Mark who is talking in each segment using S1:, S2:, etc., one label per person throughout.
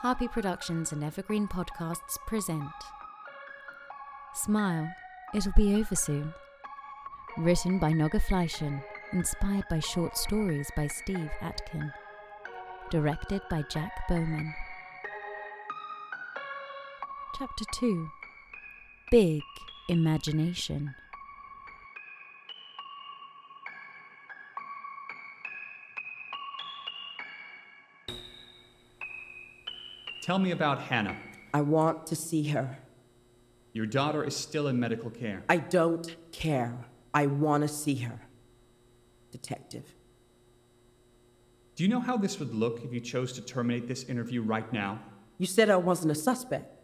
S1: Harpy Productions and Evergreen Podcasts present Smile, It'll Be Over Soon. Written by Nogger Fleischman, inspired by short stories by Steve Atkin. Directed by Jack Bowman. Chapter 2 Big Imagination.
S2: Tell me about Hannah.
S3: I want to see her.
S2: Your daughter is still in medical care.
S3: I don't care. I want to see her. Detective.
S2: Do you know how this would look if you chose to terminate this interview right now?
S3: You said I wasn't a suspect.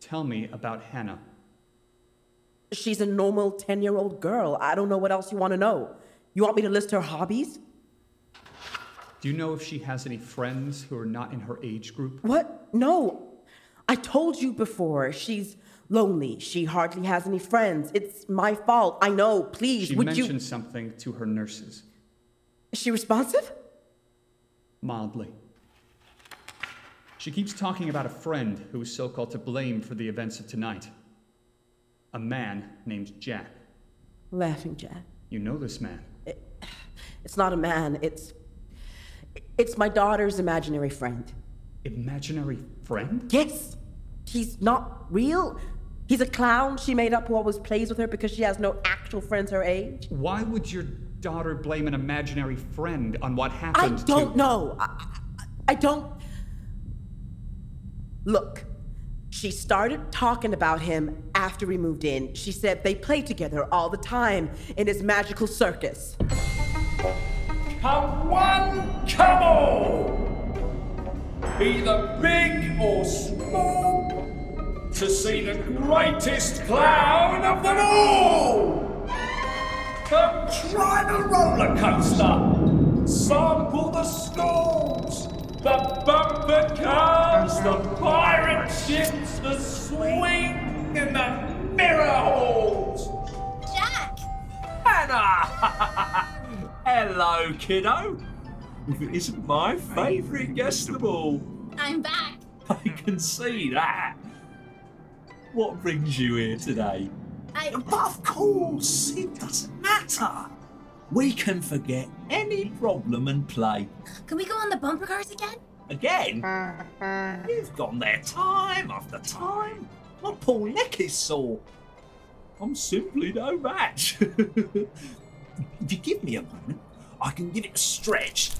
S2: Tell me about Hannah.
S3: She's a normal 10 year old girl. I don't know what else you want to know. You want me to list her hobbies?
S2: Do you know if she has any friends who are not in her age group?
S3: What? No. I told you before, she's lonely. She hardly has any friends. It's my fault. I know. Please,
S2: She
S3: would
S2: mentioned
S3: you.
S2: something to her nurses,
S3: Is she responsive?
S2: mildly. She keeps talking about a friend who is so called to blame for the events of tonight. A man named Jack.
S3: Laughing Jack.
S2: You know this man.
S3: It's not a man. It's. It's my daughter's imaginary friend.
S2: Imaginary friend?
S3: Yes. He's not real. He's a clown she made up who always plays with her because she has no actual friends her age.
S2: Why would your daughter blame an imaginary friend on what
S3: I
S2: happened
S3: don't
S2: to
S3: know. I, I- I don't. Look, she started talking about him after we moved in. She said they play together all the time in his magical circus.
S4: have one camel, either big or small, to see the greatest clown of them all. Come try the roller coaster, sample the stalls, the bumper cars, the pirate ships, the swing, and the mirror halls.
S5: Jack!
S4: Hannah! Hello, kiddo. It isn't my favourite guest of all.
S5: I'm back.
S4: I can see that. What brings you here today?
S5: I
S4: But of course, it doesn't matter. We can forget any problem and play.
S5: can we go on the bumper cars again?
S4: Again? You've gone there time after time. What Paul Neck is sore. I'm simply no match. if you give me a moment, I can give it a stretch.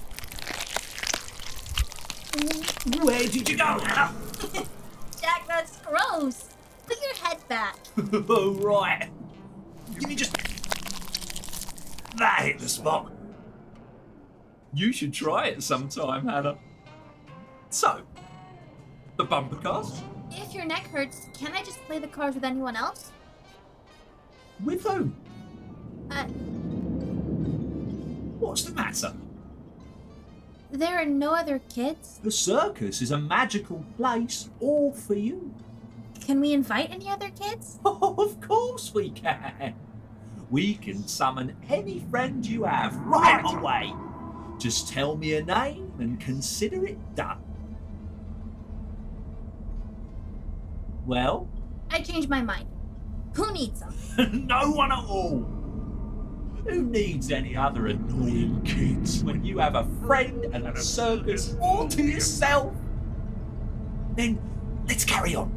S4: Where did you go now?
S5: Jack, that's gross. Put your head back.
S4: oh, right. Give me just. That hit the spot. You should try it sometime, Hannah. So, the bumper cars?
S5: If your neck hurts, can I just play the cars with anyone else?
S4: With whom?
S5: Uh,
S4: What's the matter?
S5: there are no other kids.
S4: The circus is a magical place all for you.
S5: Can we invite any other kids?
S4: of course we can. We can summon any friend you have right away. Just tell me a name and consider it done. Well,
S5: I changed my mind. Who needs them?
S4: no one at all. Who needs any other annoying kids when you have a friend and a circus all to yourself? Then let's carry on.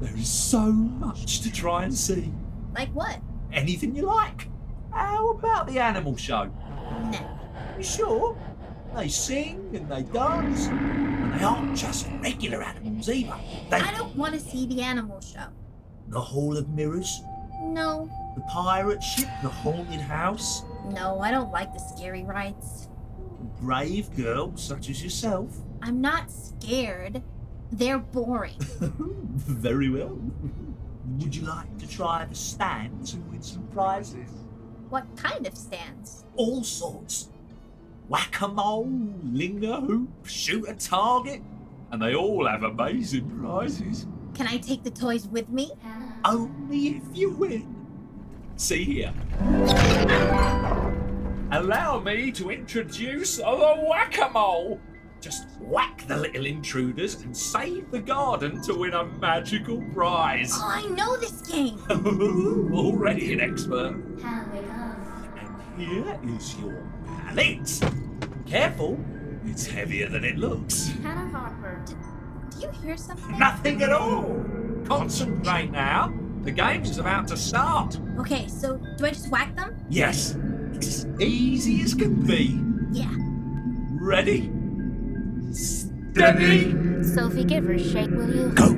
S4: There is so much to try and see.
S5: Like what?
S4: Anything you like. How about the animal show?
S5: No.
S4: You sure? They sing and they dance, and they aren't just regular animals either. They,
S5: I don't want to see the animal show.
S4: the Hall of Mirrors,
S5: No.
S4: the pirate ship, the haunted house.
S5: No, I don't like the scary rides.
S4: brave girls such as yourself.
S5: I'm not scared. They're boring.
S4: Very well. Would you like to try the stands and win some prizes?
S5: what kind of stands?
S4: All sorts. Whack a mole, linger hoop, shoot a target, and they all have amazing prizes.
S5: Can I take the toys with me?
S4: Only if you win. See here. Allow me to introduce the whack a mole. Just whack the little intruders and save the garden to win a magical prize.
S5: Oh, I know this game.
S4: Already an expert. And here is your mallet. Careful, it's heavier than it looks.
S5: Hannah Harper. Do, do you hear something?
S4: Nothing at all. Concentrate now. The game's about to start.
S5: Okay, so do I just whack them?
S4: Yes, it's easy as can be.
S5: Yeah.
S4: Ready? Steady.
S6: Sophie, give her a shake, will you?
S4: Go.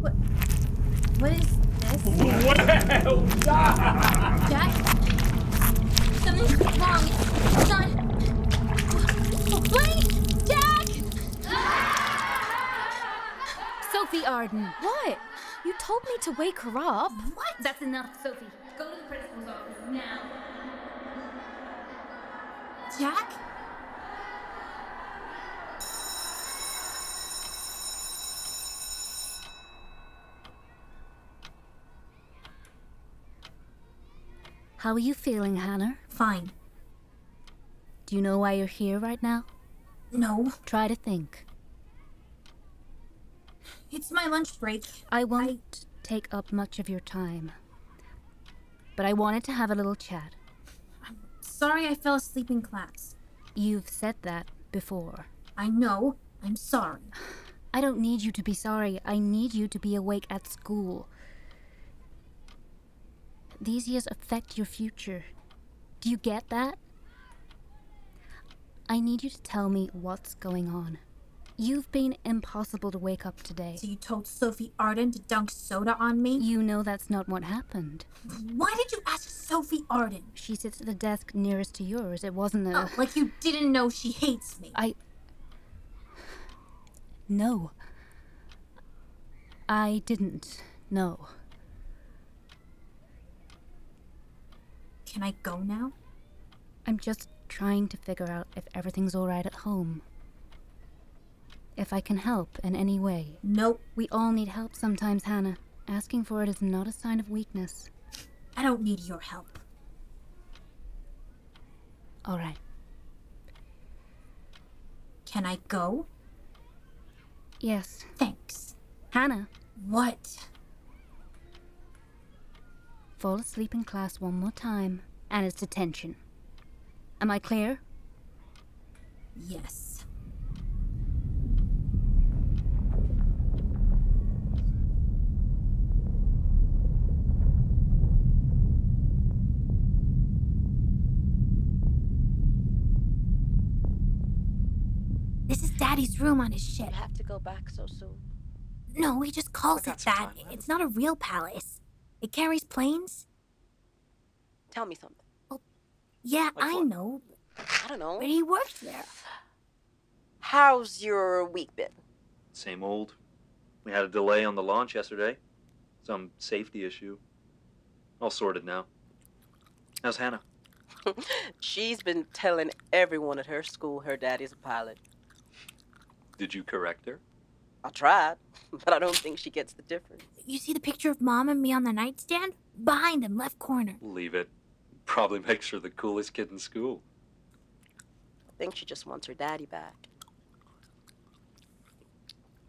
S5: What? What is this?
S4: Well done.
S5: Jack? Something's wrong. It's not. Wait! Jack!
S6: Sophie Arden, what? You told me to wake her up.
S5: What? That's enough, Sophie. Go to the principal's office now. Jack?
S6: How are you feeling, Hannah?
S5: Fine.
S6: Do you know why you're here right now?
S5: No.
S6: Try to think.
S5: It's my lunch break.
S6: I won't take up much of your time. But I wanted to have a little chat.
S5: Sorry I fell asleep in class.
S6: You've said that before.
S5: I know. I'm sorry.
S6: I don't need you to be sorry. I need you to be awake at school. These years affect your future. Do you get that? I need you to tell me what's going on. You've been impossible to wake up today.
S5: So you told Sophie Arden to dunk soda on me?
S6: You know that's not what happened.
S5: Why did you ask Sophie Arden?
S6: She sits at the desk nearest to yours. It wasn't a.
S5: Oh, like you didn't know she hates me.
S6: I. No. I didn't. No.
S5: Can I go now?
S6: I'm just trying to figure out if everything's alright at home. If I can help in any way.
S5: Nope.
S6: We all need help sometimes, Hannah. Asking for it is not a sign of weakness.
S5: I don't need your help.
S6: Alright.
S5: Can I go?
S6: Yes.
S5: Thanks.
S6: Hannah,
S5: What?
S6: fall asleep in class one more time, and it's detention. Am I clear?
S5: Yes. This is Daddy's room on his ship.
S7: have to go back so soon.
S5: No, he just calls it
S7: got some
S5: that.
S7: time.
S5: It's not a real palace. It carries planes? Oh,
S7: Tell me something.
S5: Yeah,
S7: Like
S5: I
S7: what?
S5: know.
S7: I don't know.
S5: But he worked there.
S7: How's your week been?
S8: Same old. We had a delay on the launch yesterday. Some safety issue. All sorted now. How's Hannah?
S7: She's been telling everyone at her school her daddy's a pilot.
S8: Did you correct her?
S7: I tried, but I don't think she gets the difference.
S5: You see the picture of Mom and me on the nightstand? Behind him, left corner.
S8: Leave it. Probably makes her the coolest kid in school.
S7: I think she just wants her daddy back.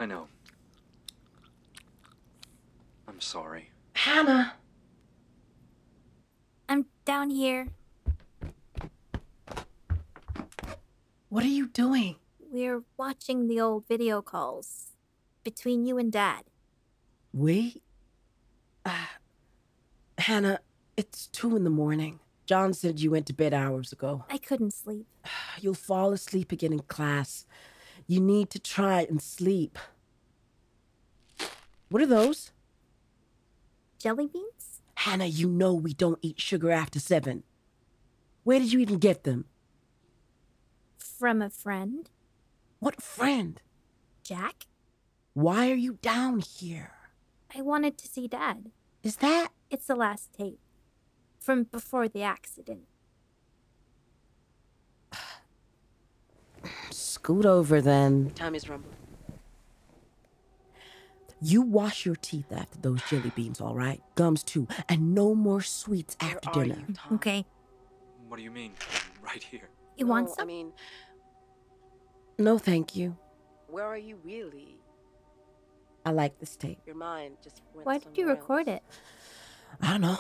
S8: I know. I'm sorry.
S3: Hannah!
S5: I'm down here.
S3: What are you doing?
S5: We're watching the old video calls between you and Dad.
S3: We? Uh, Hannah, it's two in the morning. John said you went to bed hours ago.
S5: I couldn't sleep.
S3: You'll fall asleep again in class. You need to try and sleep. What are those?
S5: Jelly beans?
S3: Hannah, you know we don't eat sugar after seven. Where did you even get them?
S5: From a friend.
S3: What friend?
S5: Jack?
S3: Why are you down here?
S5: I wanted to see Dad.
S3: Is that?
S5: It's the last tape. From before the accident.
S3: Scoot over then.
S7: Time is rumbling.
S3: You wash your teeth after those jelly beans, all right? Gums too. And no more sweets after
S7: Where are
S3: dinner.
S7: you, Tom?
S5: Okay.
S8: What do you mean? Right here.
S5: You want
S7: No,
S5: some?
S7: I mean,
S3: No, thank you.
S7: where are you really?
S3: I like this tape.
S7: Your mind just went
S5: Why did you
S7: somewhere
S5: record
S7: else.
S5: it?
S3: I don't know.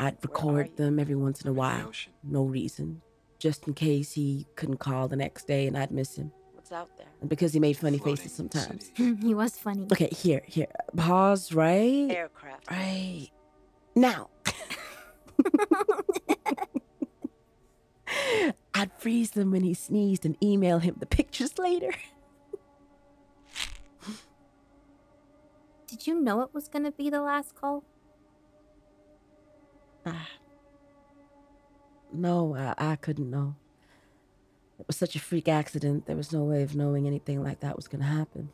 S3: I'd
S7: you?
S3: record them every once in a
S8: Over the
S3: while.
S8: ocean.
S3: No reason. Just in case he couldn't call the next day and I'd miss him.
S7: What's out there?
S3: And because he made funny
S8: Floating
S3: faces sometimes.
S8: city.
S5: he was funny.
S3: Okay, here, here. Pause, right?
S7: Aircraft.
S3: Right. Now. I'd freeze them when he sneezed and email him the pictures later.
S5: Did you know it was gonna be the last call?
S3: Ah. No, I, I couldn't know. It was such a freak accident. There was no way of knowing anything like that was going to happen.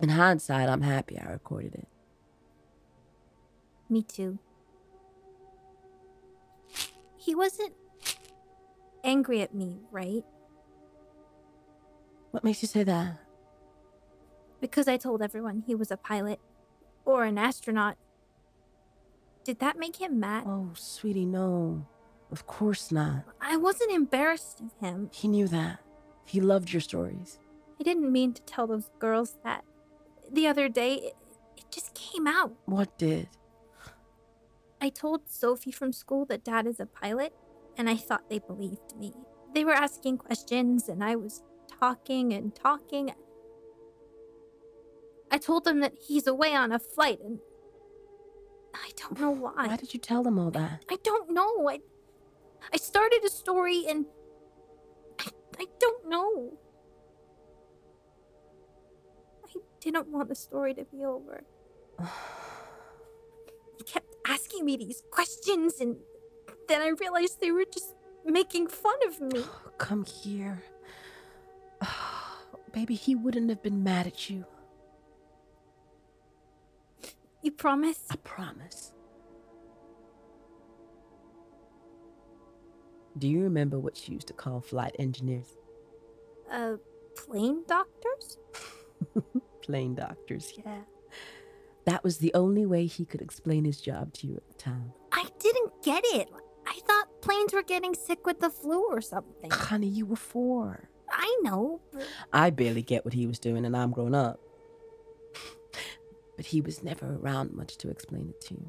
S3: In hindsight, I'm happy I recorded it.
S5: Me too. He wasn't angry at me, right?
S3: What makes you say that?
S5: Because I told everyone he was a pilot or an astronaut. Did that make him mad?
S3: Oh, sweetie, no. Of course not.
S5: I wasn't embarrassed of him.
S3: He knew that. He loved your stories.
S5: I didn't mean to tell those girls that. The other day, it, it just came out.
S3: What did?
S5: I told Sophie from school that dad is a pilot, and I thought they believed me. They were asking questions, and I was talking and talking. I told them that he's away on a flight, and I don't know why.
S3: Why did you tell them all that?
S5: I don't know. I, I started a story, and I, I don't know. I didn't want the story to be over. They kept asking me these questions, and then I realized they were just making fun of me.
S3: Come here. Baby, he wouldn't have been mad at you.
S5: You promise?
S3: I promise. Do you remember what she used to call flight engineers?
S5: Uh, plane doctors?
S3: Plain doctors, yeah. That was the only way he could explain his job to you at the time.
S5: I didn't get it. I thought planes were getting sick with the flu or something.
S3: Honey, you were four.
S5: I know, but
S3: I barely get what he was doing, and I'm grown up. But he was never around much to explain it to you.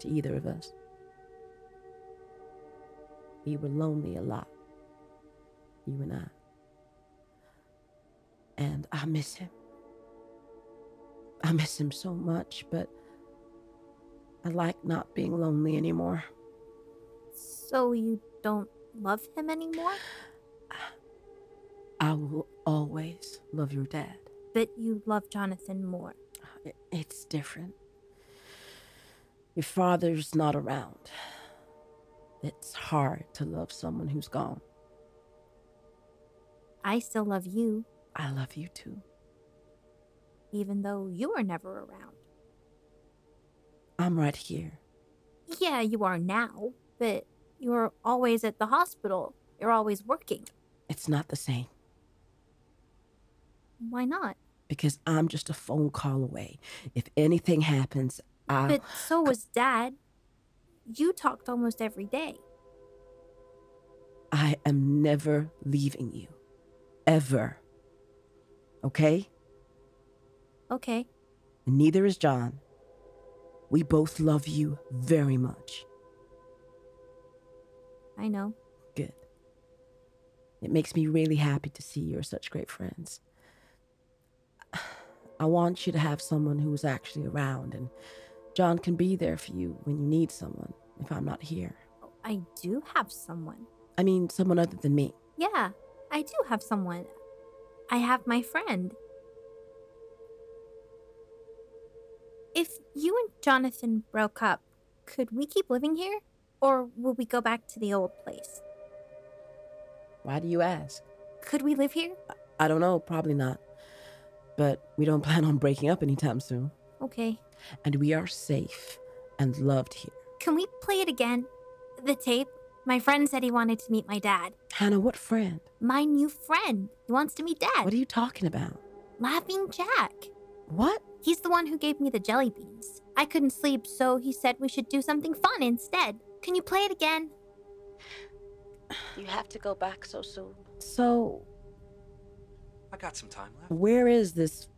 S3: To either of us. We were lonely a lot, you and I. And I miss him. I miss him so much, but I like not being lonely anymore.
S5: So you don't love him anymore?
S3: I will always love your dad.
S5: But you love Jonathan more.
S3: I- It's different. Your father's not around. It's hard to love someone who's gone.
S5: I still love you,
S3: I love you too.
S5: even though you are never around.
S3: I'm right here.
S5: Yeah, you are now, but you're always at the hospital. You're always working.
S3: It's not the same
S5: Why not?
S3: because I'm just a phone call away. If anything happens, I.
S5: But so was Dad. You talked almost every day.
S3: I am never leaving you. Ever. Okay?
S5: Okay,
S3: And neither is John. We both love you very much.
S5: I know.
S3: Good. It makes me really happy to see you're such great friends. I want you to have someone who's actually around and John can be there for you when you need someone if I'm not here.
S5: Oh, I do have someone.
S3: I mean, someone other than me.
S5: Yeah, I do have someone. I have my friend. If you and Jonathan broke up, could we keep living here? Or will we go back to the old place?
S3: Why do you ask?
S5: Could we live here?
S3: I don't know, probably not. But we don't plan on breaking up anytime soon.
S5: Okay.
S3: And we are safe and loved here.
S5: Can we play it again? The tape? My friend said he wanted to meet my dad.
S3: Hannah, what friend?
S5: My new friend. He wants to meet dad.
S3: What are you talking about?
S5: Laughing Jack.
S3: What?
S5: He's the one who gave me the jelly beans. I couldn't sleep, so he said we should do something fun instead. Can you play it again?
S7: You have to go back so soon.
S3: So,
S8: I got some time left.
S3: where is this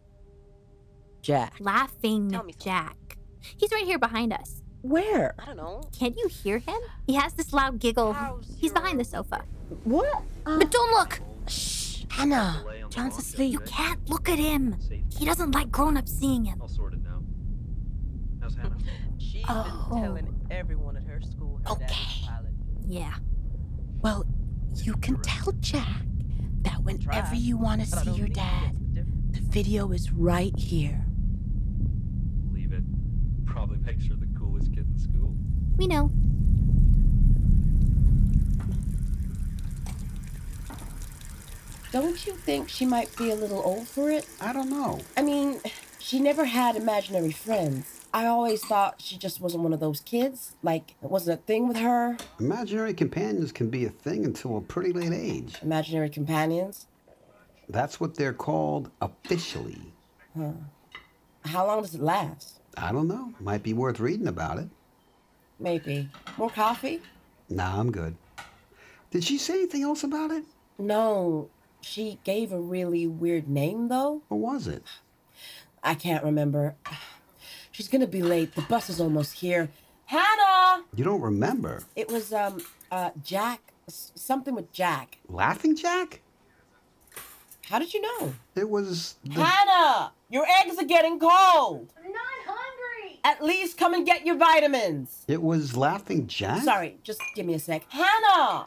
S3: Jack?
S5: Laughing
S7: Tell me something.
S5: Jack. He's right here behind us.
S3: Where?
S7: I don't know.
S5: Can't you hear him? He has this loud giggle.
S7: How's
S5: He's behind the
S7: your-
S5: sofa.
S3: What? Uh,
S5: But don't look!
S3: shh, Hannah.
S8: Delay on the
S3: John's
S8: launch
S3: asleep.
S5: You
S8: yesterday.
S5: can't look at him.
S8: Safety.
S5: He doesn't like grown ups seeing him.
S8: All sorted now. How's Hannah?
S7: She's
S3: Oh.
S7: been telling everyone at her school her dad is
S3: Okay.
S7: a pilot.
S5: Yeah.
S3: Well, you can tell Jack that whenever
S7: Try,
S3: you want to
S7: But I
S3: see
S7: don't
S3: your
S7: think
S3: dad,
S7: that's the difference.
S3: the video is right here.
S8: Leave it. Probably makes her the coolest kid in school.
S5: We know.
S3: Don't you think she might be a little old for it?
S9: I don't know.
S3: I mean, she never had imaginary friends. I always thought she just wasn't one of those kids. Like, it wasn't a thing with her.
S9: Imaginary companions can be a thing until a pretty late age.
S3: Imaginary companions.
S9: That's what they're called officially.
S3: How long does it last?
S9: I don't know. Might be worth reading about it.
S3: Maybe. More coffee?
S9: Nah, I'm good. Did she say anything else about it?
S3: No. She gave a really weird name, though.
S9: Or was it?
S3: I can't remember. She's gonna be late. The bus is almost here. Hannah!
S9: You don't remember?
S3: It was, um, uh, Jack. s- Something with Jack.
S9: Laughing Jack?
S3: How did you know?
S9: It was. The...
S3: Hannah! Your eggs are getting cold! I'm not hungry! At least come and get your vitamins!
S9: It was Laughing Jack?
S3: Sorry, just give me a sec. Hannah!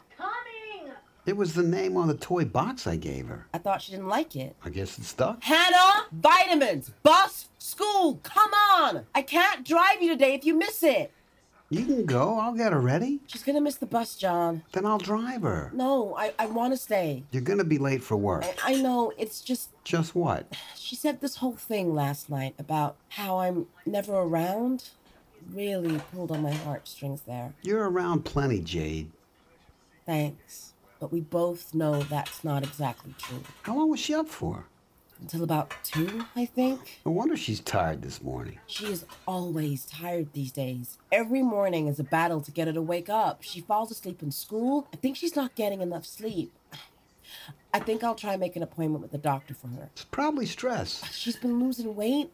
S9: It was the name on the toy box I gave her.
S3: I thought she didn't like it.
S9: I guess it stuck.
S3: Hannah! Vitamins! Bus! School! Come on! I can't drive you today if you miss it!
S9: You can go. I'll get her ready.
S3: She's gonna miss the bus, John.
S9: Then I'll drive her.
S3: No, I, I wanna stay.
S9: You're gonna be late for work.
S3: I, I know, it's just.
S9: Just what?
S3: She said this whole thing last night about how I'm never around. Really pulled on my heartstrings there.
S9: You're around plenty, Jade.
S3: Thanks. But we both know that's not exactly true.
S9: How long was she up for?
S3: Until about two, I think.
S9: No wonder she's tired this morning.
S3: She is always tired these days. Every morning is a battle to get her to wake up. She falls asleep in school. I think she's not getting enough sleep. I think I'll try and make an appointment with the doctor for her.
S9: It's probably stress.
S3: She's been losing weight.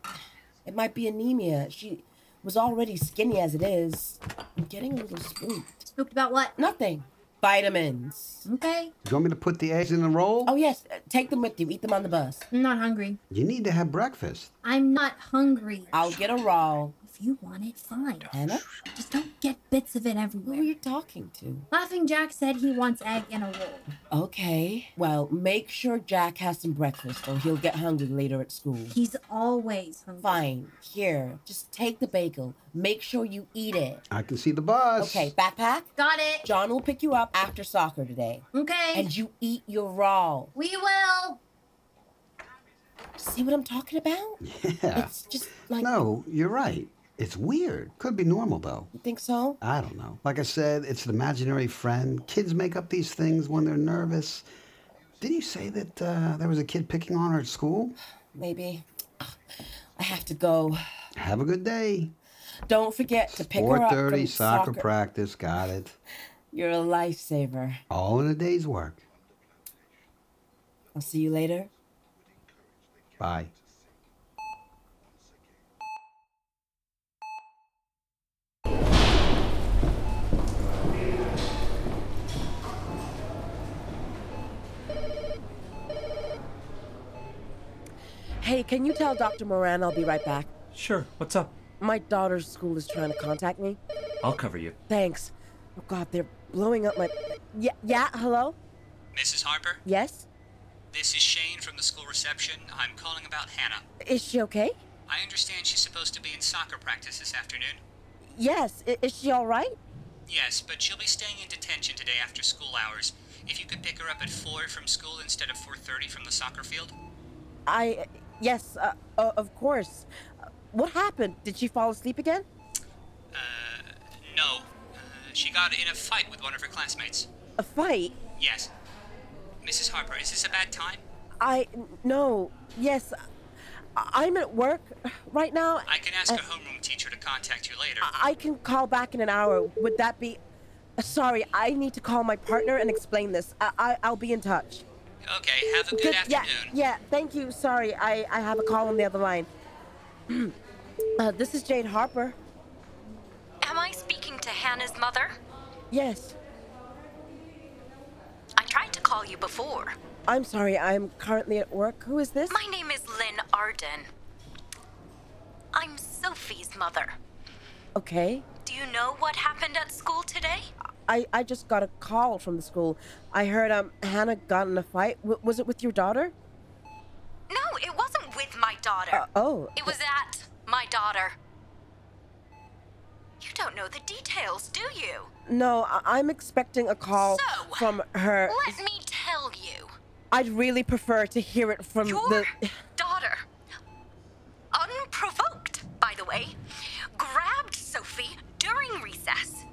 S3: It might be anemia. She was already skinny as it is. I'm getting a little spooked.
S5: Spooked about what?
S3: Nothing. Vitamins.
S5: Okay.
S9: You want me to put the eggs in a roll?
S3: Oh, yes. uh, Take them with you. Eat them on the bus.
S5: I'm not hungry.
S9: You need to have breakfast.
S5: I'm not hungry.
S3: I'll get a roll.
S5: If you want it, fine.
S3: Hannah?
S5: Just don't get bits of it
S3: Who are
S5: everywhere.
S3: you talking to?
S5: Laughing Jack said he wants egg and a roll.
S3: Okay. Well, make sure Jack has some breakfast or he'll get hungry later at school.
S5: He's always hungry.
S3: Fine. Here. Just take the bagel. Make sure you eat it.
S9: I can see the bus.
S3: Okay, backpack.
S5: Got it.
S3: John will pick you up after soccer today.
S5: Okay.
S3: And you eat your roll.
S5: we will.
S3: See what I'm talking about?
S9: Yeah.
S3: It's just like
S9: No, Oh, you're right. It's weird. Could be normal, though.
S3: you think so?
S9: I don't know. Like I said, it's an imaginary friend. Kids make up these things when they're nervous. Didn't you say that uh, there was a kid picking on her at school?
S3: Maybe. I have to go.
S9: Have a good day.
S3: Don't forget to pick her up from
S9: 4:30 soccer
S3: soccer.
S9: practice. Got it.
S3: You're a lifesaver.
S9: All in a day's work.
S3: I'll see you later.
S9: Bye.
S3: Hey, can you tell Dr. Moran I'll be right back?
S4: Sure, what's up?
S3: My daughter's school is trying to contact me.
S10: I'll cover you.
S3: Thanks. Oh God, they're blowing up my. Yeah, yeah. Hello.
S2: Mrs. Harper,
S3: Yes.
S2: this is Shane from the school reception. I'm calling about Hannah.
S3: Is she okay?
S2: I understand she's supposed to be in soccer practice this afternoon.
S3: Yes. I- is she all right?
S2: Yes, but she'll be staying in detention today after school hours. If you could pick her up at 4 from school instead of 4:30 from the soccer field.
S3: I. Yes. Uh, uh, of course. Uh, What happened? Did she fall asleep again?
S2: No. Uh, she got in a fight with one of her classmates.
S3: A fight?
S2: Yes. Mrs. Harper, is this a bad time?
S3: I. No. Yes. I- I'm at work right now.
S2: I can ask
S3: Uh,
S2: her homeroom teacher to contact you later.
S3: I can call back in an hour. Would that be? Uh, Sorry, I need to call my partner and explain this. I, I I'll be in touch.
S2: Okay, have a good,
S3: yeah,
S2: afternoon.
S3: yeah. Thank you. Sorry, I I have a call on the other line. uh, this is Jade Harper.
S5: Am I speaking to Hannah's mother?
S3: Yes,
S5: I tried to call you before.
S3: I'm sorry. I'm currently at work. Who is this?
S5: My name is Lynn Arden. I'm Sophie's mother.
S3: Okay.
S5: Do you know what happened at school today?
S3: I I just got a call from the school. I heard um Hannah got in a fight. W- was it with your daughter?
S5: No, it wasn't with my daughter.
S3: Oh,
S5: It was at my daughter. You don't know the details, do you?
S3: no. I- I'm expecting a call
S5: So,
S3: from her.
S5: Let me tell you.
S3: I'd really prefer to hear it from
S5: Your
S3: the.
S5: daughter, unprovoked, by the way, grabbed Sophie during recess.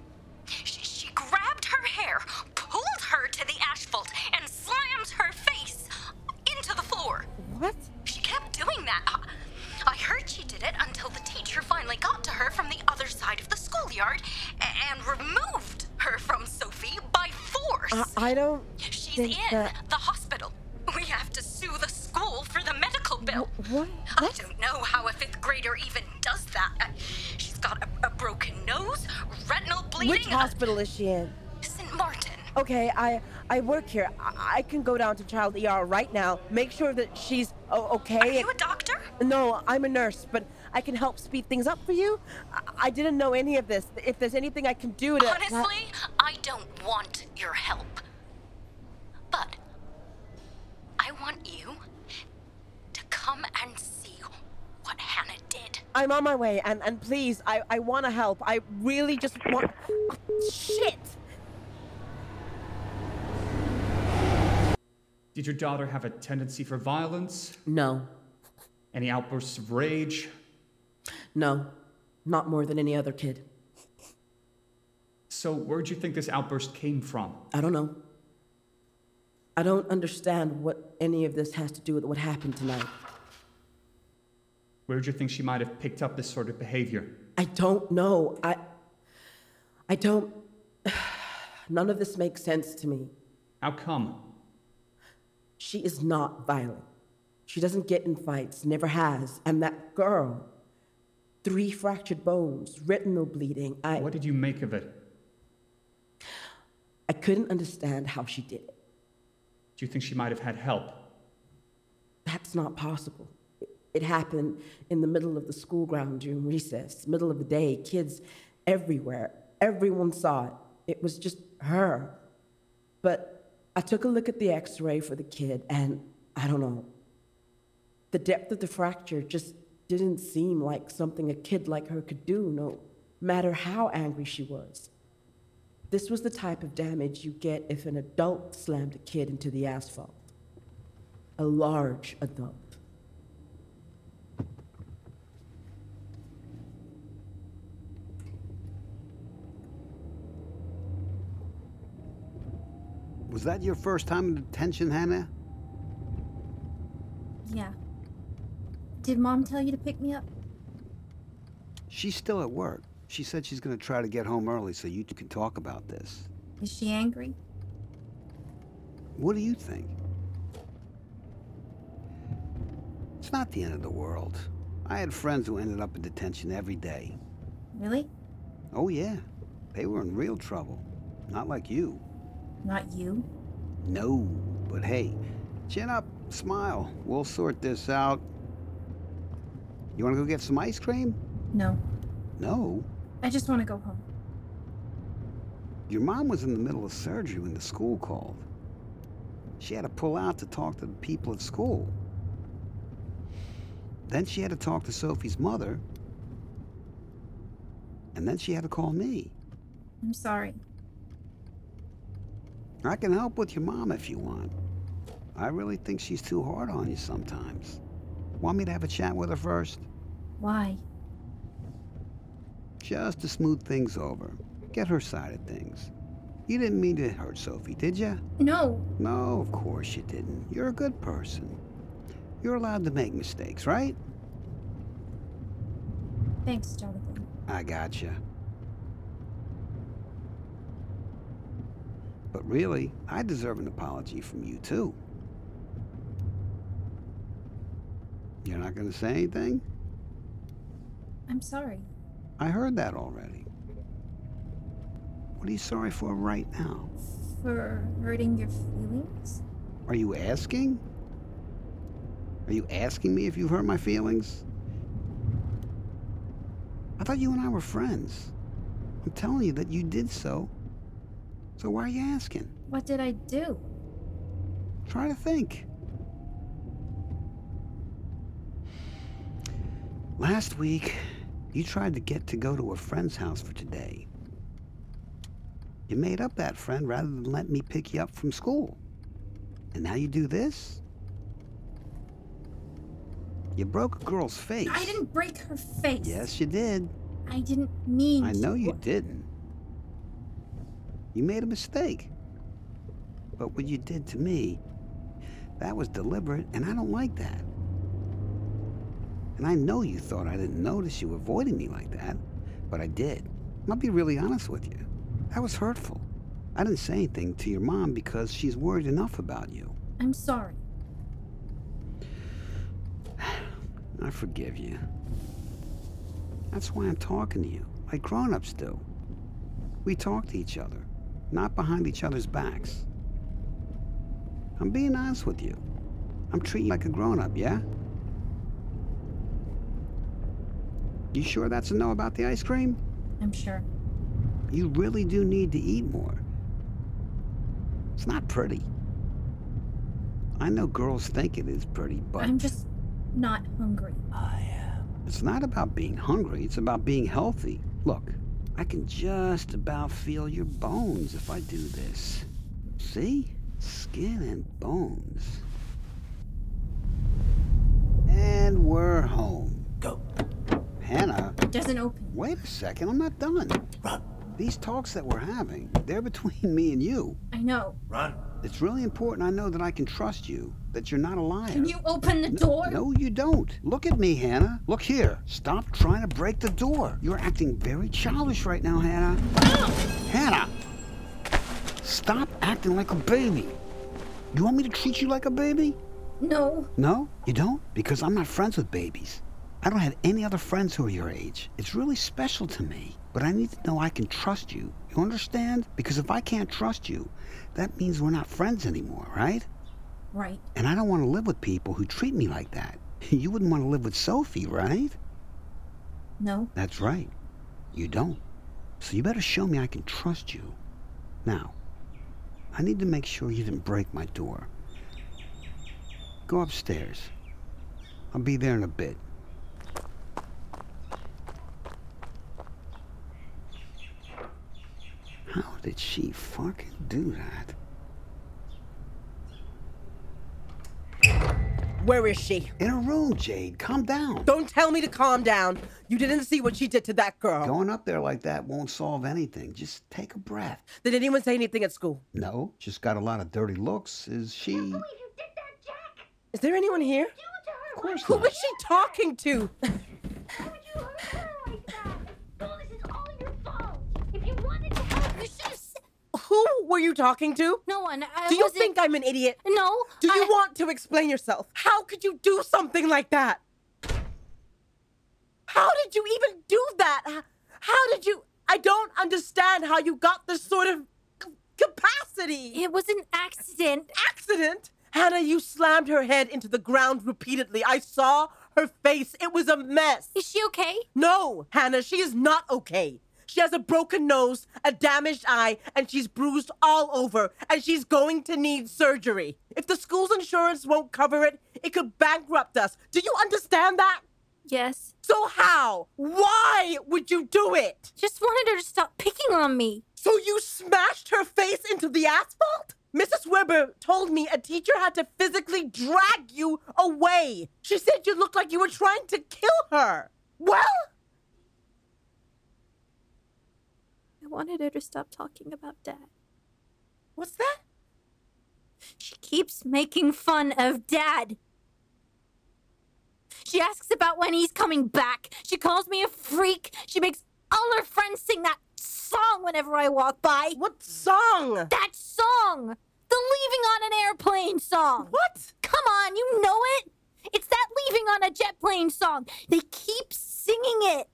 S5: She, she grabbed her hair, pulled her to the asphalt, and slammed her face into the floor.
S3: What?
S5: She kept doing that. I- I heard she did it until the teacher finally got to her from the other side of the schoolyard a- and removed her from Sophie by force.
S3: I, I don't.
S5: She's
S3: think
S5: in
S3: that-
S5: the hospital. We have to sue the school for the medical bill.
S3: What?
S5: I don't know how a fifth grader even does that. Uh, She's got a, a broken nose, retinal
S3: Which
S5: bleeding. uh,
S3: hospital is she in?
S5: St. Martin.
S3: Okay, I I work here. I, I can go down to child ER right now. Make sure that she's o- okay.
S5: Are you a doctor?
S3: no, I'm a nurse, but I can help speed things up for you. I, I didn't know any of this. If there's anything I can do to
S5: Honestly, I don't want your help. But I want you to come and see what Hannah did.
S3: I'm on my way, and and please, I I want to help. I really just want. Shit.
S2: Did your daughter have a tendency for violence?
S3: No,
S2: Any outbursts of rage?
S3: no, not more than any other kid.
S2: So, where'd you think this outburst came from?
S3: I don't know. I don't understand what any of this has to do with what happened tonight.
S2: Where'd you think she might have picked up this sort of behavior?
S3: I don't know. I I don't none of this makes sense to me.
S2: How come?
S3: She is not violent. She doesn't get in fights, never has. And that girl, three fractured bones, retinal bleeding. I
S2: What did you make of it?
S3: I couldn't understand how she did it.
S2: Do you think she might have had help?
S3: That's not possible. It, it happened in the middle of the school ground during recess, middle of the day, kids everywhere. Everyone saw it. It was just her. But I took a look at the x ray for the kid, and I don't know. The depth of the fracture just didn't seem like something a kid like her could do, no matter how angry she was. This was the type of damage you get if an adult slammed a kid into the asphalt. A large adult.
S9: Was that your first time in detention, Hannah?
S1: Yeah. Did mom tell you to pick me up?
S9: She's still at work. She said she's going to try to get home early so you two can talk about this.
S1: Is she angry?
S9: What do you think? It's not the end of the world. I had friends who ended up in detention every day.
S1: Really?
S9: Oh, yeah. They were in real trouble. Not like you.
S1: Not you?
S9: No, but hey, chin up, smile. We'll sort this out. You want to go get some ice cream?
S1: No.
S9: No.
S6: I just want to go home.
S9: Your mom was in the middle of surgery when the school called. She had to pull out to talk to the people at school. Then she had to talk to Sophie's mother. And then she had to call me.
S6: I'm sorry.
S9: I can help with your mom if you want. I really think she's too hard on you sometimes. Want me to have a chat with her first?
S6: Why?
S9: Just to smooth things over. Get her side of things. You didn't mean to hurt Sophie, did you?
S6: No.
S9: No, of course you didn't. You're a good person. You're allowed to make mistakes, right?
S6: Thanks, Jonathan.
S9: I gotcha. But really, I deserve an apology from you, too. You're not going to say anything?
S6: I'm sorry.
S9: I heard that already. What are you sorry for right now?
S6: For hurting your feelings?
S9: Are you asking? Are you asking me if you've hurt my feelings? I thought you and I were friends. I'm telling you that you did so. So why are you asking?
S6: What did I do?
S9: Try to think. Last week, you tried to get to go to a friend's house for today. You made up that friend rather than let me pick you up from school. And now you do this? You broke a girl's face.
S6: I didn't break her face.
S9: Yes, you did.
S6: I didn't mean
S9: I know
S6: to.
S9: you didn't. You made a mistake. But what you did to me, that was deliberate, and I don't like that. And I know you thought I didn't notice you avoiding me like that, but I did. I'll be really honest with you. That was hurtful. I didn't say anything to your mom because she's worried enough about you.
S6: I'm sorry.
S9: I forgive you. That's why I'm talking to you, like grown ups do. We talk to each other, not behind each other's backs. I'm being honest with you. I'm treating you like a grown up, yeah? You sure that's a no about the ice cream?
S6: I'm sure.
S9: You really do need to eat more. It's not pretty. I know girls think it is pretty, but
S6: I'm just not hungry.
S9: it's not about being hungry, it's about being healthy. Look, I can just about feel your bones if I do this. See? Skin and bones. And we're home. Go. Hannah.
S6: Doesn't open.
S9: Wait a second, I'm not done. These talks that we're having, they're between me and you.
S6: I know.
S9: Run. It's really important I know that I can trust you, that you're not a liar.
S6: Can you open the
S9: No-
S6: door?
S9: No, you don't. Look at me, Hannah. Look here. Stop trying to break the door. You're acting very childish right now, Hannah. Hannah! Stop acting like a baby. You want me to treat you like a baby?
S6: No.
S9: No, you don't? Because I'm not friends with babies. I don't have any other friends who are your age. It's really special to me, but I need to know I can trust you. You understand? Because if I can't trust you, that means we're not friends anymore, right?
S6: Right.
S9: And I don't want to live with people who treat me like that. You wouldn't want to live with Sophie, right?
S6: No.
S9: That's right. You don't. So you better show me I can trust you. Now, I need to make sure you didn't break my door. Go upstairs. I'll be there in a bit. How did she fucking do that?
S3: Where is she?
S9: In her room, Jade. Calm down.
S3: Don't tell me to calm down. You didn't see what she did to that girl.
S9: Going up there like that won't solve anything. Just take a breath.
S3: Did anyone say anything at school?
S9: No, she's got a lot of dirty looks. Is she?
S3: Is there anyone here?
S9: Of course
S3: Who
S9: not.
S3: was she talking to? Who were you talking to?
S5: No one. I
S3: do you
S5: wasn't-
S3: think I'm an idiot?
S5: No.
S3: Do you want to explain yourself? How could you do something like that? How did you even do that? H- How did you? I don't understand how you got this sort of c- capacity.
S5: It was an accident.
S3: Accident? Hannah, you slammed her head into the ground repeatedly. I saw her face. It was a mess.
S5: Is she okay?
S3: No, Hannah, she is not okay. She has a broken nose, a damaged eye, and she's bruised all over, and she's going to need surgery. If the school's insurance won't cover it, it could bankrupt us. Do you understand that?
S5: Yes.
S3: So how? Why would you do it?
S5: Just wanted her to stop picking on me.
S3: So you smashed her face into the asphalt? Mrs. Weber told me a teacher had to physically drag you away. She said you looked like you were trying to kill her. Well,
S5: I wanted her to stop talking about Dad.
S3: What's that?
S5: She keeps making fun of Dad. She asks about when he's coming back. She calls me a freak. She makes all her friends sing that song whenever I walk by.
S3: What song?
S5: That song! The Leaving on an Airplane song!
S3: What?
S5: Come on, you know it! It's that Leaving on a Jet Plane song. They keep singing it.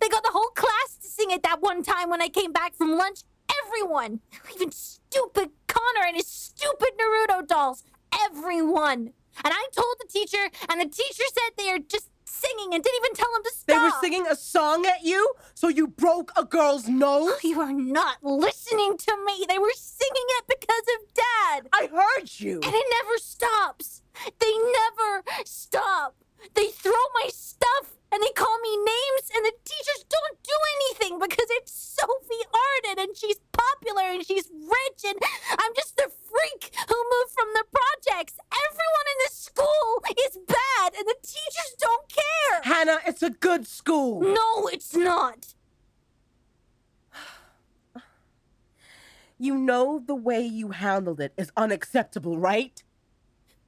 S5: They got the whole class to sing it that one time when I came back from lunch. Everyone! Even stupid Connor and his stupid Naruto dolls. Everyone! And I told the teacher, and the teacher said they are just singing and didn't even tell him to stop.
S3: They were singing a song at you, so you broke a girl's nose? Oh,
S5: you are not listening to me. They were singing it because of Dad.
S3: I heard you.
S5: And it never stops. They never stop. They throw my stuff and they call me names, and the teachers don't do anything because it's Sophie Arden and she's popular and she's rich, and I'm just the freak who moved from the projects. Everyone in this school is bad, and the teachers don't care.
S3: Hannah, it's a good school.
S5: No, it's not.
S3: You know the way you handled it is unacceptable, right?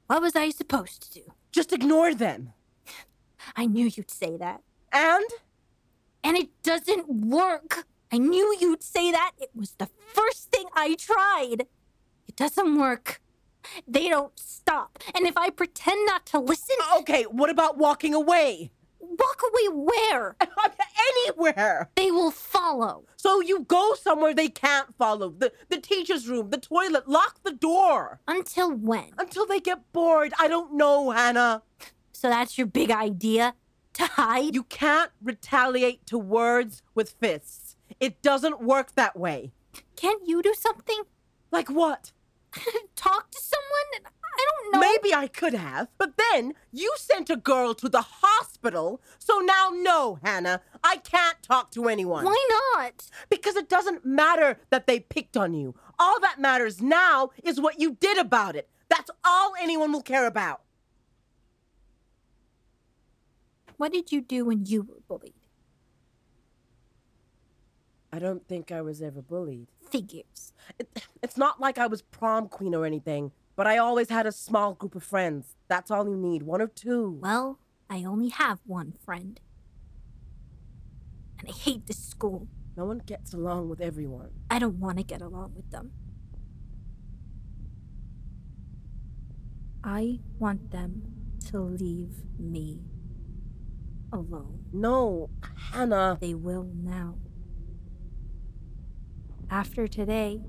S5: What was I supposed to do?
S3: Just ignore them.
S5: I knew you'd say that.
S3: And?
S5: And it doesn't work. I knew you'd say that. It was the first thing I tried. It doesn't work. They don't stop. And if I pretend not to listen.
S3: Okay, what about walking away?
S5: Walk away where?
S3: Anywhere.
S5: They will follow.
S3: So you go somewhere they can't follow. The the teacher's room, the toilet, lock the door.
S5: Until when?
S3: Until they get bored. I don't know, Hannah.
S5: So that's your big idea? To hide?
S3: You can't retaliate to words with fists. It doesn't work that way.
S5: Can't you do something?
S3: Like what?
S5: Talk to someone? I don't know.
S3: Maybe I could have, but then you sent a girl to the hospital, so now no, Hannah. I can't talk to anyone.
S5: Why not?
S3: Because it doesn't matter that they picked on you. All that matters now is what you did about it. That's all anyone will care about.
S5: What did you do when you were bullied?
S3: I don't think I was ever bullied.
S5: Figures.
S3: It, it's not like I was prom queen or anything, but I always had a small group of friends. That's all you need, one or two.
S5: Well, I only have one friend. And I hate this school.
S3: No one gets along with everyone.
S5: I don't want to get along with them. I want them to leave me alone.
S3: No, Hannah.
S5: They will now. After today,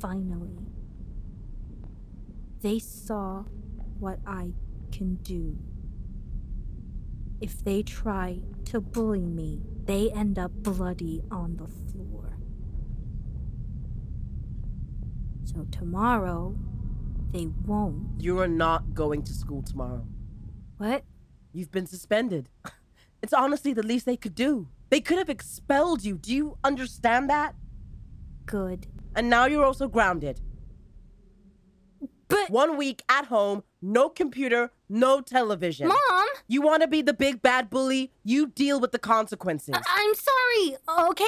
S5: finally, they saw what I can do. If they try to bully me, they end up bloody on the floor. So tomorrow, they won't.
S3: You are not going to school tomorrow.
S5: What?
S3: You've been suspended. It's honestly the least they could do. They could have expelled you. Do you understand that?
S5: Good.
S3: And now you're also grounded.
S5: But.
S3: One week at home, no computer, no television.
S5: Mom!
S3: You want to be the big bad bully? You deal with the consequences.
S5: I- am sorry, okay?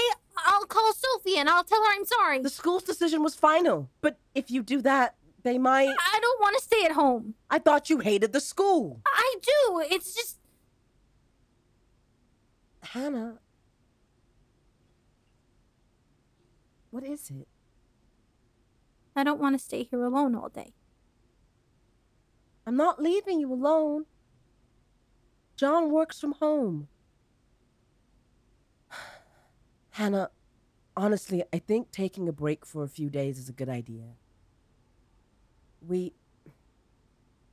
S5: I'll call Sophie and I'll tell her I'm sorry.
S3: The school's decision was final. But if you do that, they might.
S5: I don't want to stay at home.
S3: I thought you hated the school.
S5: I do. It's just.
S3: Hannah. What is it?
S5: I don't want to stay here alone all day.
S3: I'm not leaving you alone. John works from home. Hannah, honestly, I think taking a break for a few days is a good idea. We.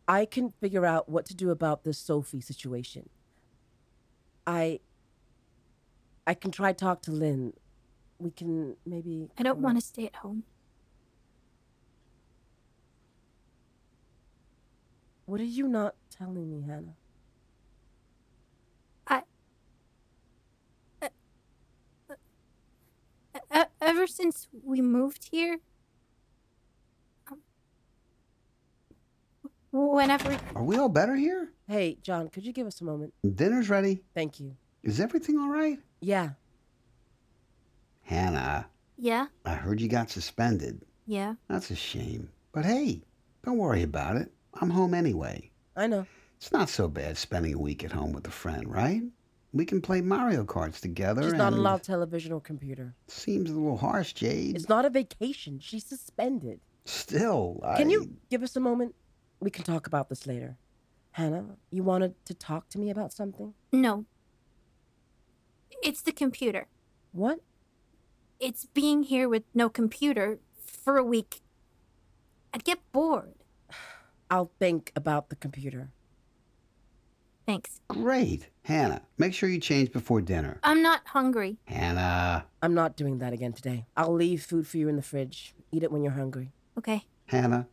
S3: I can figure out what to do about this Sophie situation. I I can try talk to Lynn. We can maybe
S5: I don't want to stay at home.
S3: What are you not telling me, Hannah?
S5: E- ever since we moved here, um, whenever
S1: Are we all better here?
S3: Hey, John, could you give us a moment?
S1: Dinner's ready.
S3: Thank you.
S1: Is everything all right?
S3: Yeah.
S1: Hannah,
S5: yeah,
S1: I heard you got suspended.
S5: yeah,
S1: That's a shame. But hey, don't worry about it. I'm home anyway.
S3: I know.
S1: It's not so bad spending a week at home with a friend, right? We can play Mario Karts together.
S3: She's not
S1: and-
S3: allowed television or computer.
S1: Seems a little harsh, Jade.
S3: It's not a vacation. She's suspended.
S1: Still, I...
S3: Can you give us a moment? We can talk about this later. Hannah, you wanted to talk to me about something?
S5: no. It's the computer.
S3: What?
S5: It's being here with no computer for a week. I'd get bored.
S3: I'll think about the computer.
S5: Thanks.
S1: Great, Hannah. Make sure you change before dinner.
S5: I'm not hungry.
S1: Hannah,
S3: I'm not doing that again today. I'll leave food for you in the fridge. Eat it when you're hungry.
S5: Okay.
S1: Hannah.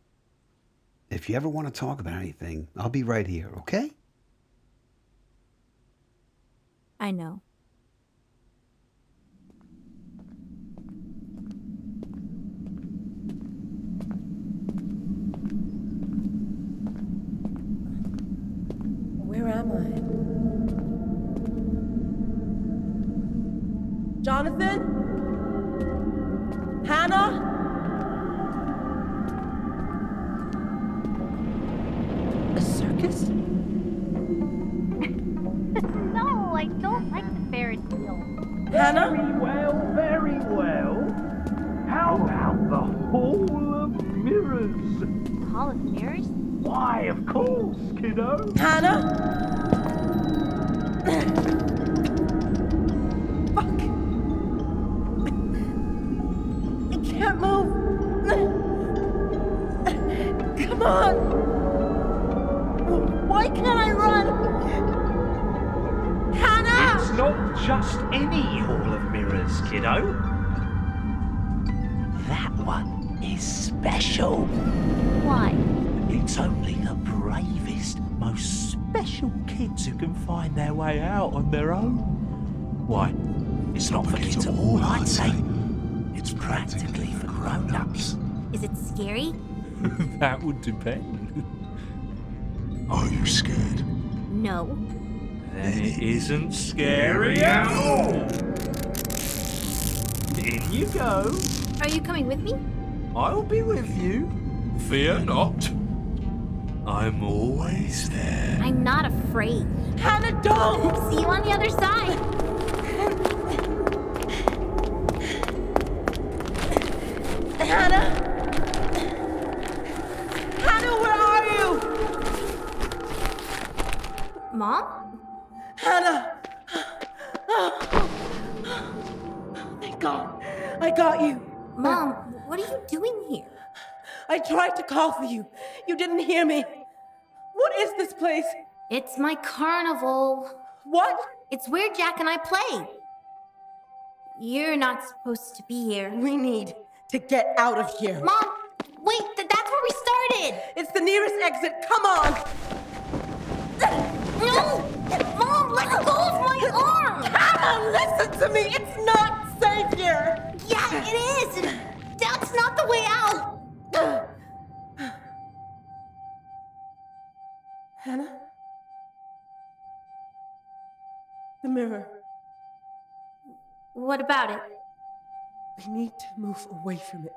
S1: If you ever want to talk about anything, I'll be right here, okay?
S5: I know.
S3: Where am I? Jonathan? Hannah? A circus?
S11: no, I don't like the Ferris wheel.
S3: Hannah?
S9: Very well, very well. How about the Hall of Mirrors?
S11: Hall of Mirrors?
S9: Why, of course, kiddo.
S3: Hannah? I can't move. Come on. Why can't I run? Hannah!
S9: It's not just any Hall of Mirrors, kiddo. That one is special.
S11: Why?
S9: It's only the bravest, most special kids who can find their way out on their own. Why? It's not for kids at all, eh? I'd say. It's practically for grown ups.
S5: Is it scary?
S9: that would depend. Are you scared?
S5: No.
S9: Then it isn't scary at all. In you go.
S5: Are you coming with me?
S9: I'll be with you. Fear not. I'm always there.
S5: I'm not afraid.
S3: Hannah, don't!
S5: See you on the other side.
S3: Hannah! Hannah, where are you?
S5: Mom?
S3: Hannah! Thank God. I got you.
S5: Mom, what are you doing here?
S3: I tried to call for you. You didn't hear me. What is this place?
S5: It's my carnival.
S3: What?
S5: It's where Jack and I play. You're not supposed to be here.
S3: We need to get out of here.
S5: Mom, wait, th- that's where we started.
S3: It's the nearest exit. Come on.
S5: No! Mom, let go of my arm!
S3: Hannah, listen to me. It's not safe here.
S5: Yeah, it is. That's not the way out.
S3: Hannah? The mirror.
S5: What about it?
S3: We need to move away from it.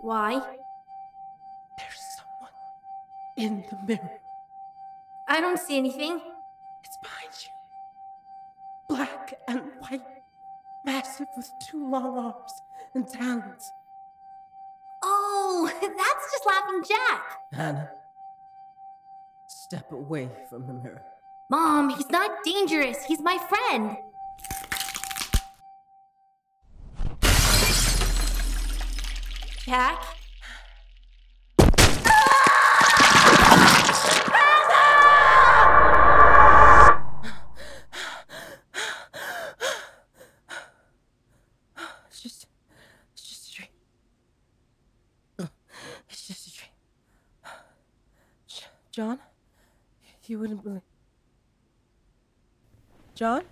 S5: Why?
S3: There's someone in the mirror.
S5: I don't see anything.
S3: It's behind you. Black and white. Massive with two long arms and talons.
S5: Oh, that's just Laughing Jack.
S3: Hannah. Step away from the mirror.
S5: Mom, he's not dangerous. He's my friend. Jack?
S3: John? You wouldn't believe. John?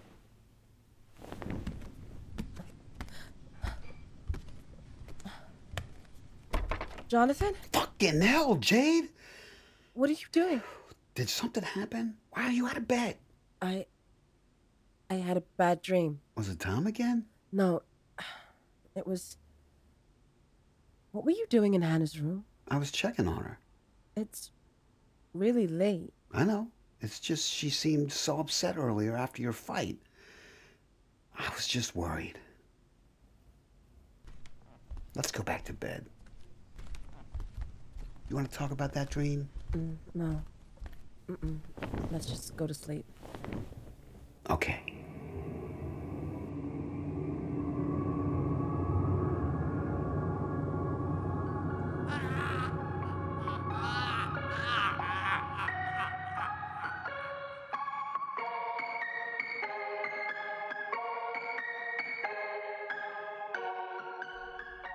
S3: Jonathan?
S9: Fucking hell, Jade!
S3: What are you doing?
S9: Did something happen? Why are you out of bed?
S3: I. I had a bad dream.
S9: Was it Tom again?
S3: No. It was. What were you doing in Hannah's room?
S9: I was checking on her.
S3: It's really late.
S9: I know. It's just she seemed so upset earlier after your fight. I was just worried. Let's go back to bed. You want to talk about that dream?
S3: Mm, no. Mm-mm. Let's just go to sleep.
S9: Okay.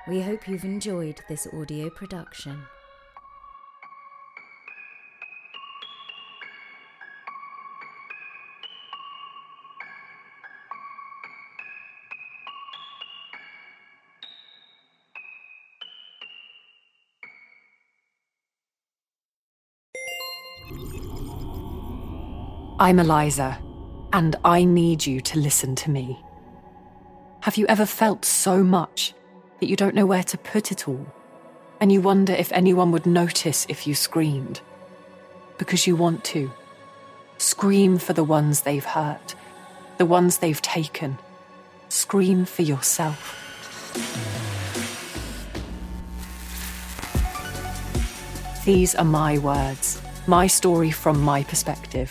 S1: We hope you've enjoyed this audio production.
S12: I'm Eliza, and I need you to listen to me. Have you ever felt so much that you don't know where to put it all? And you wonder if anyone would notice if you screamed? Because you want to. Scream for the ones they've hurt, the ones they've taken. Scream for yourself. These are my words, my story from my perspective,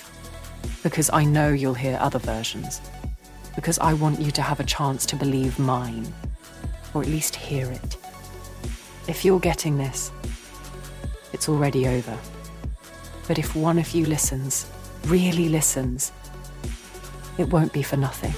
S12: because I know you'll hear other versions, because I want you to have a chance to believe mine, or at least hear it. If you're getting this, it's already over. But if one of you listens, really listens, it won't be for nothing.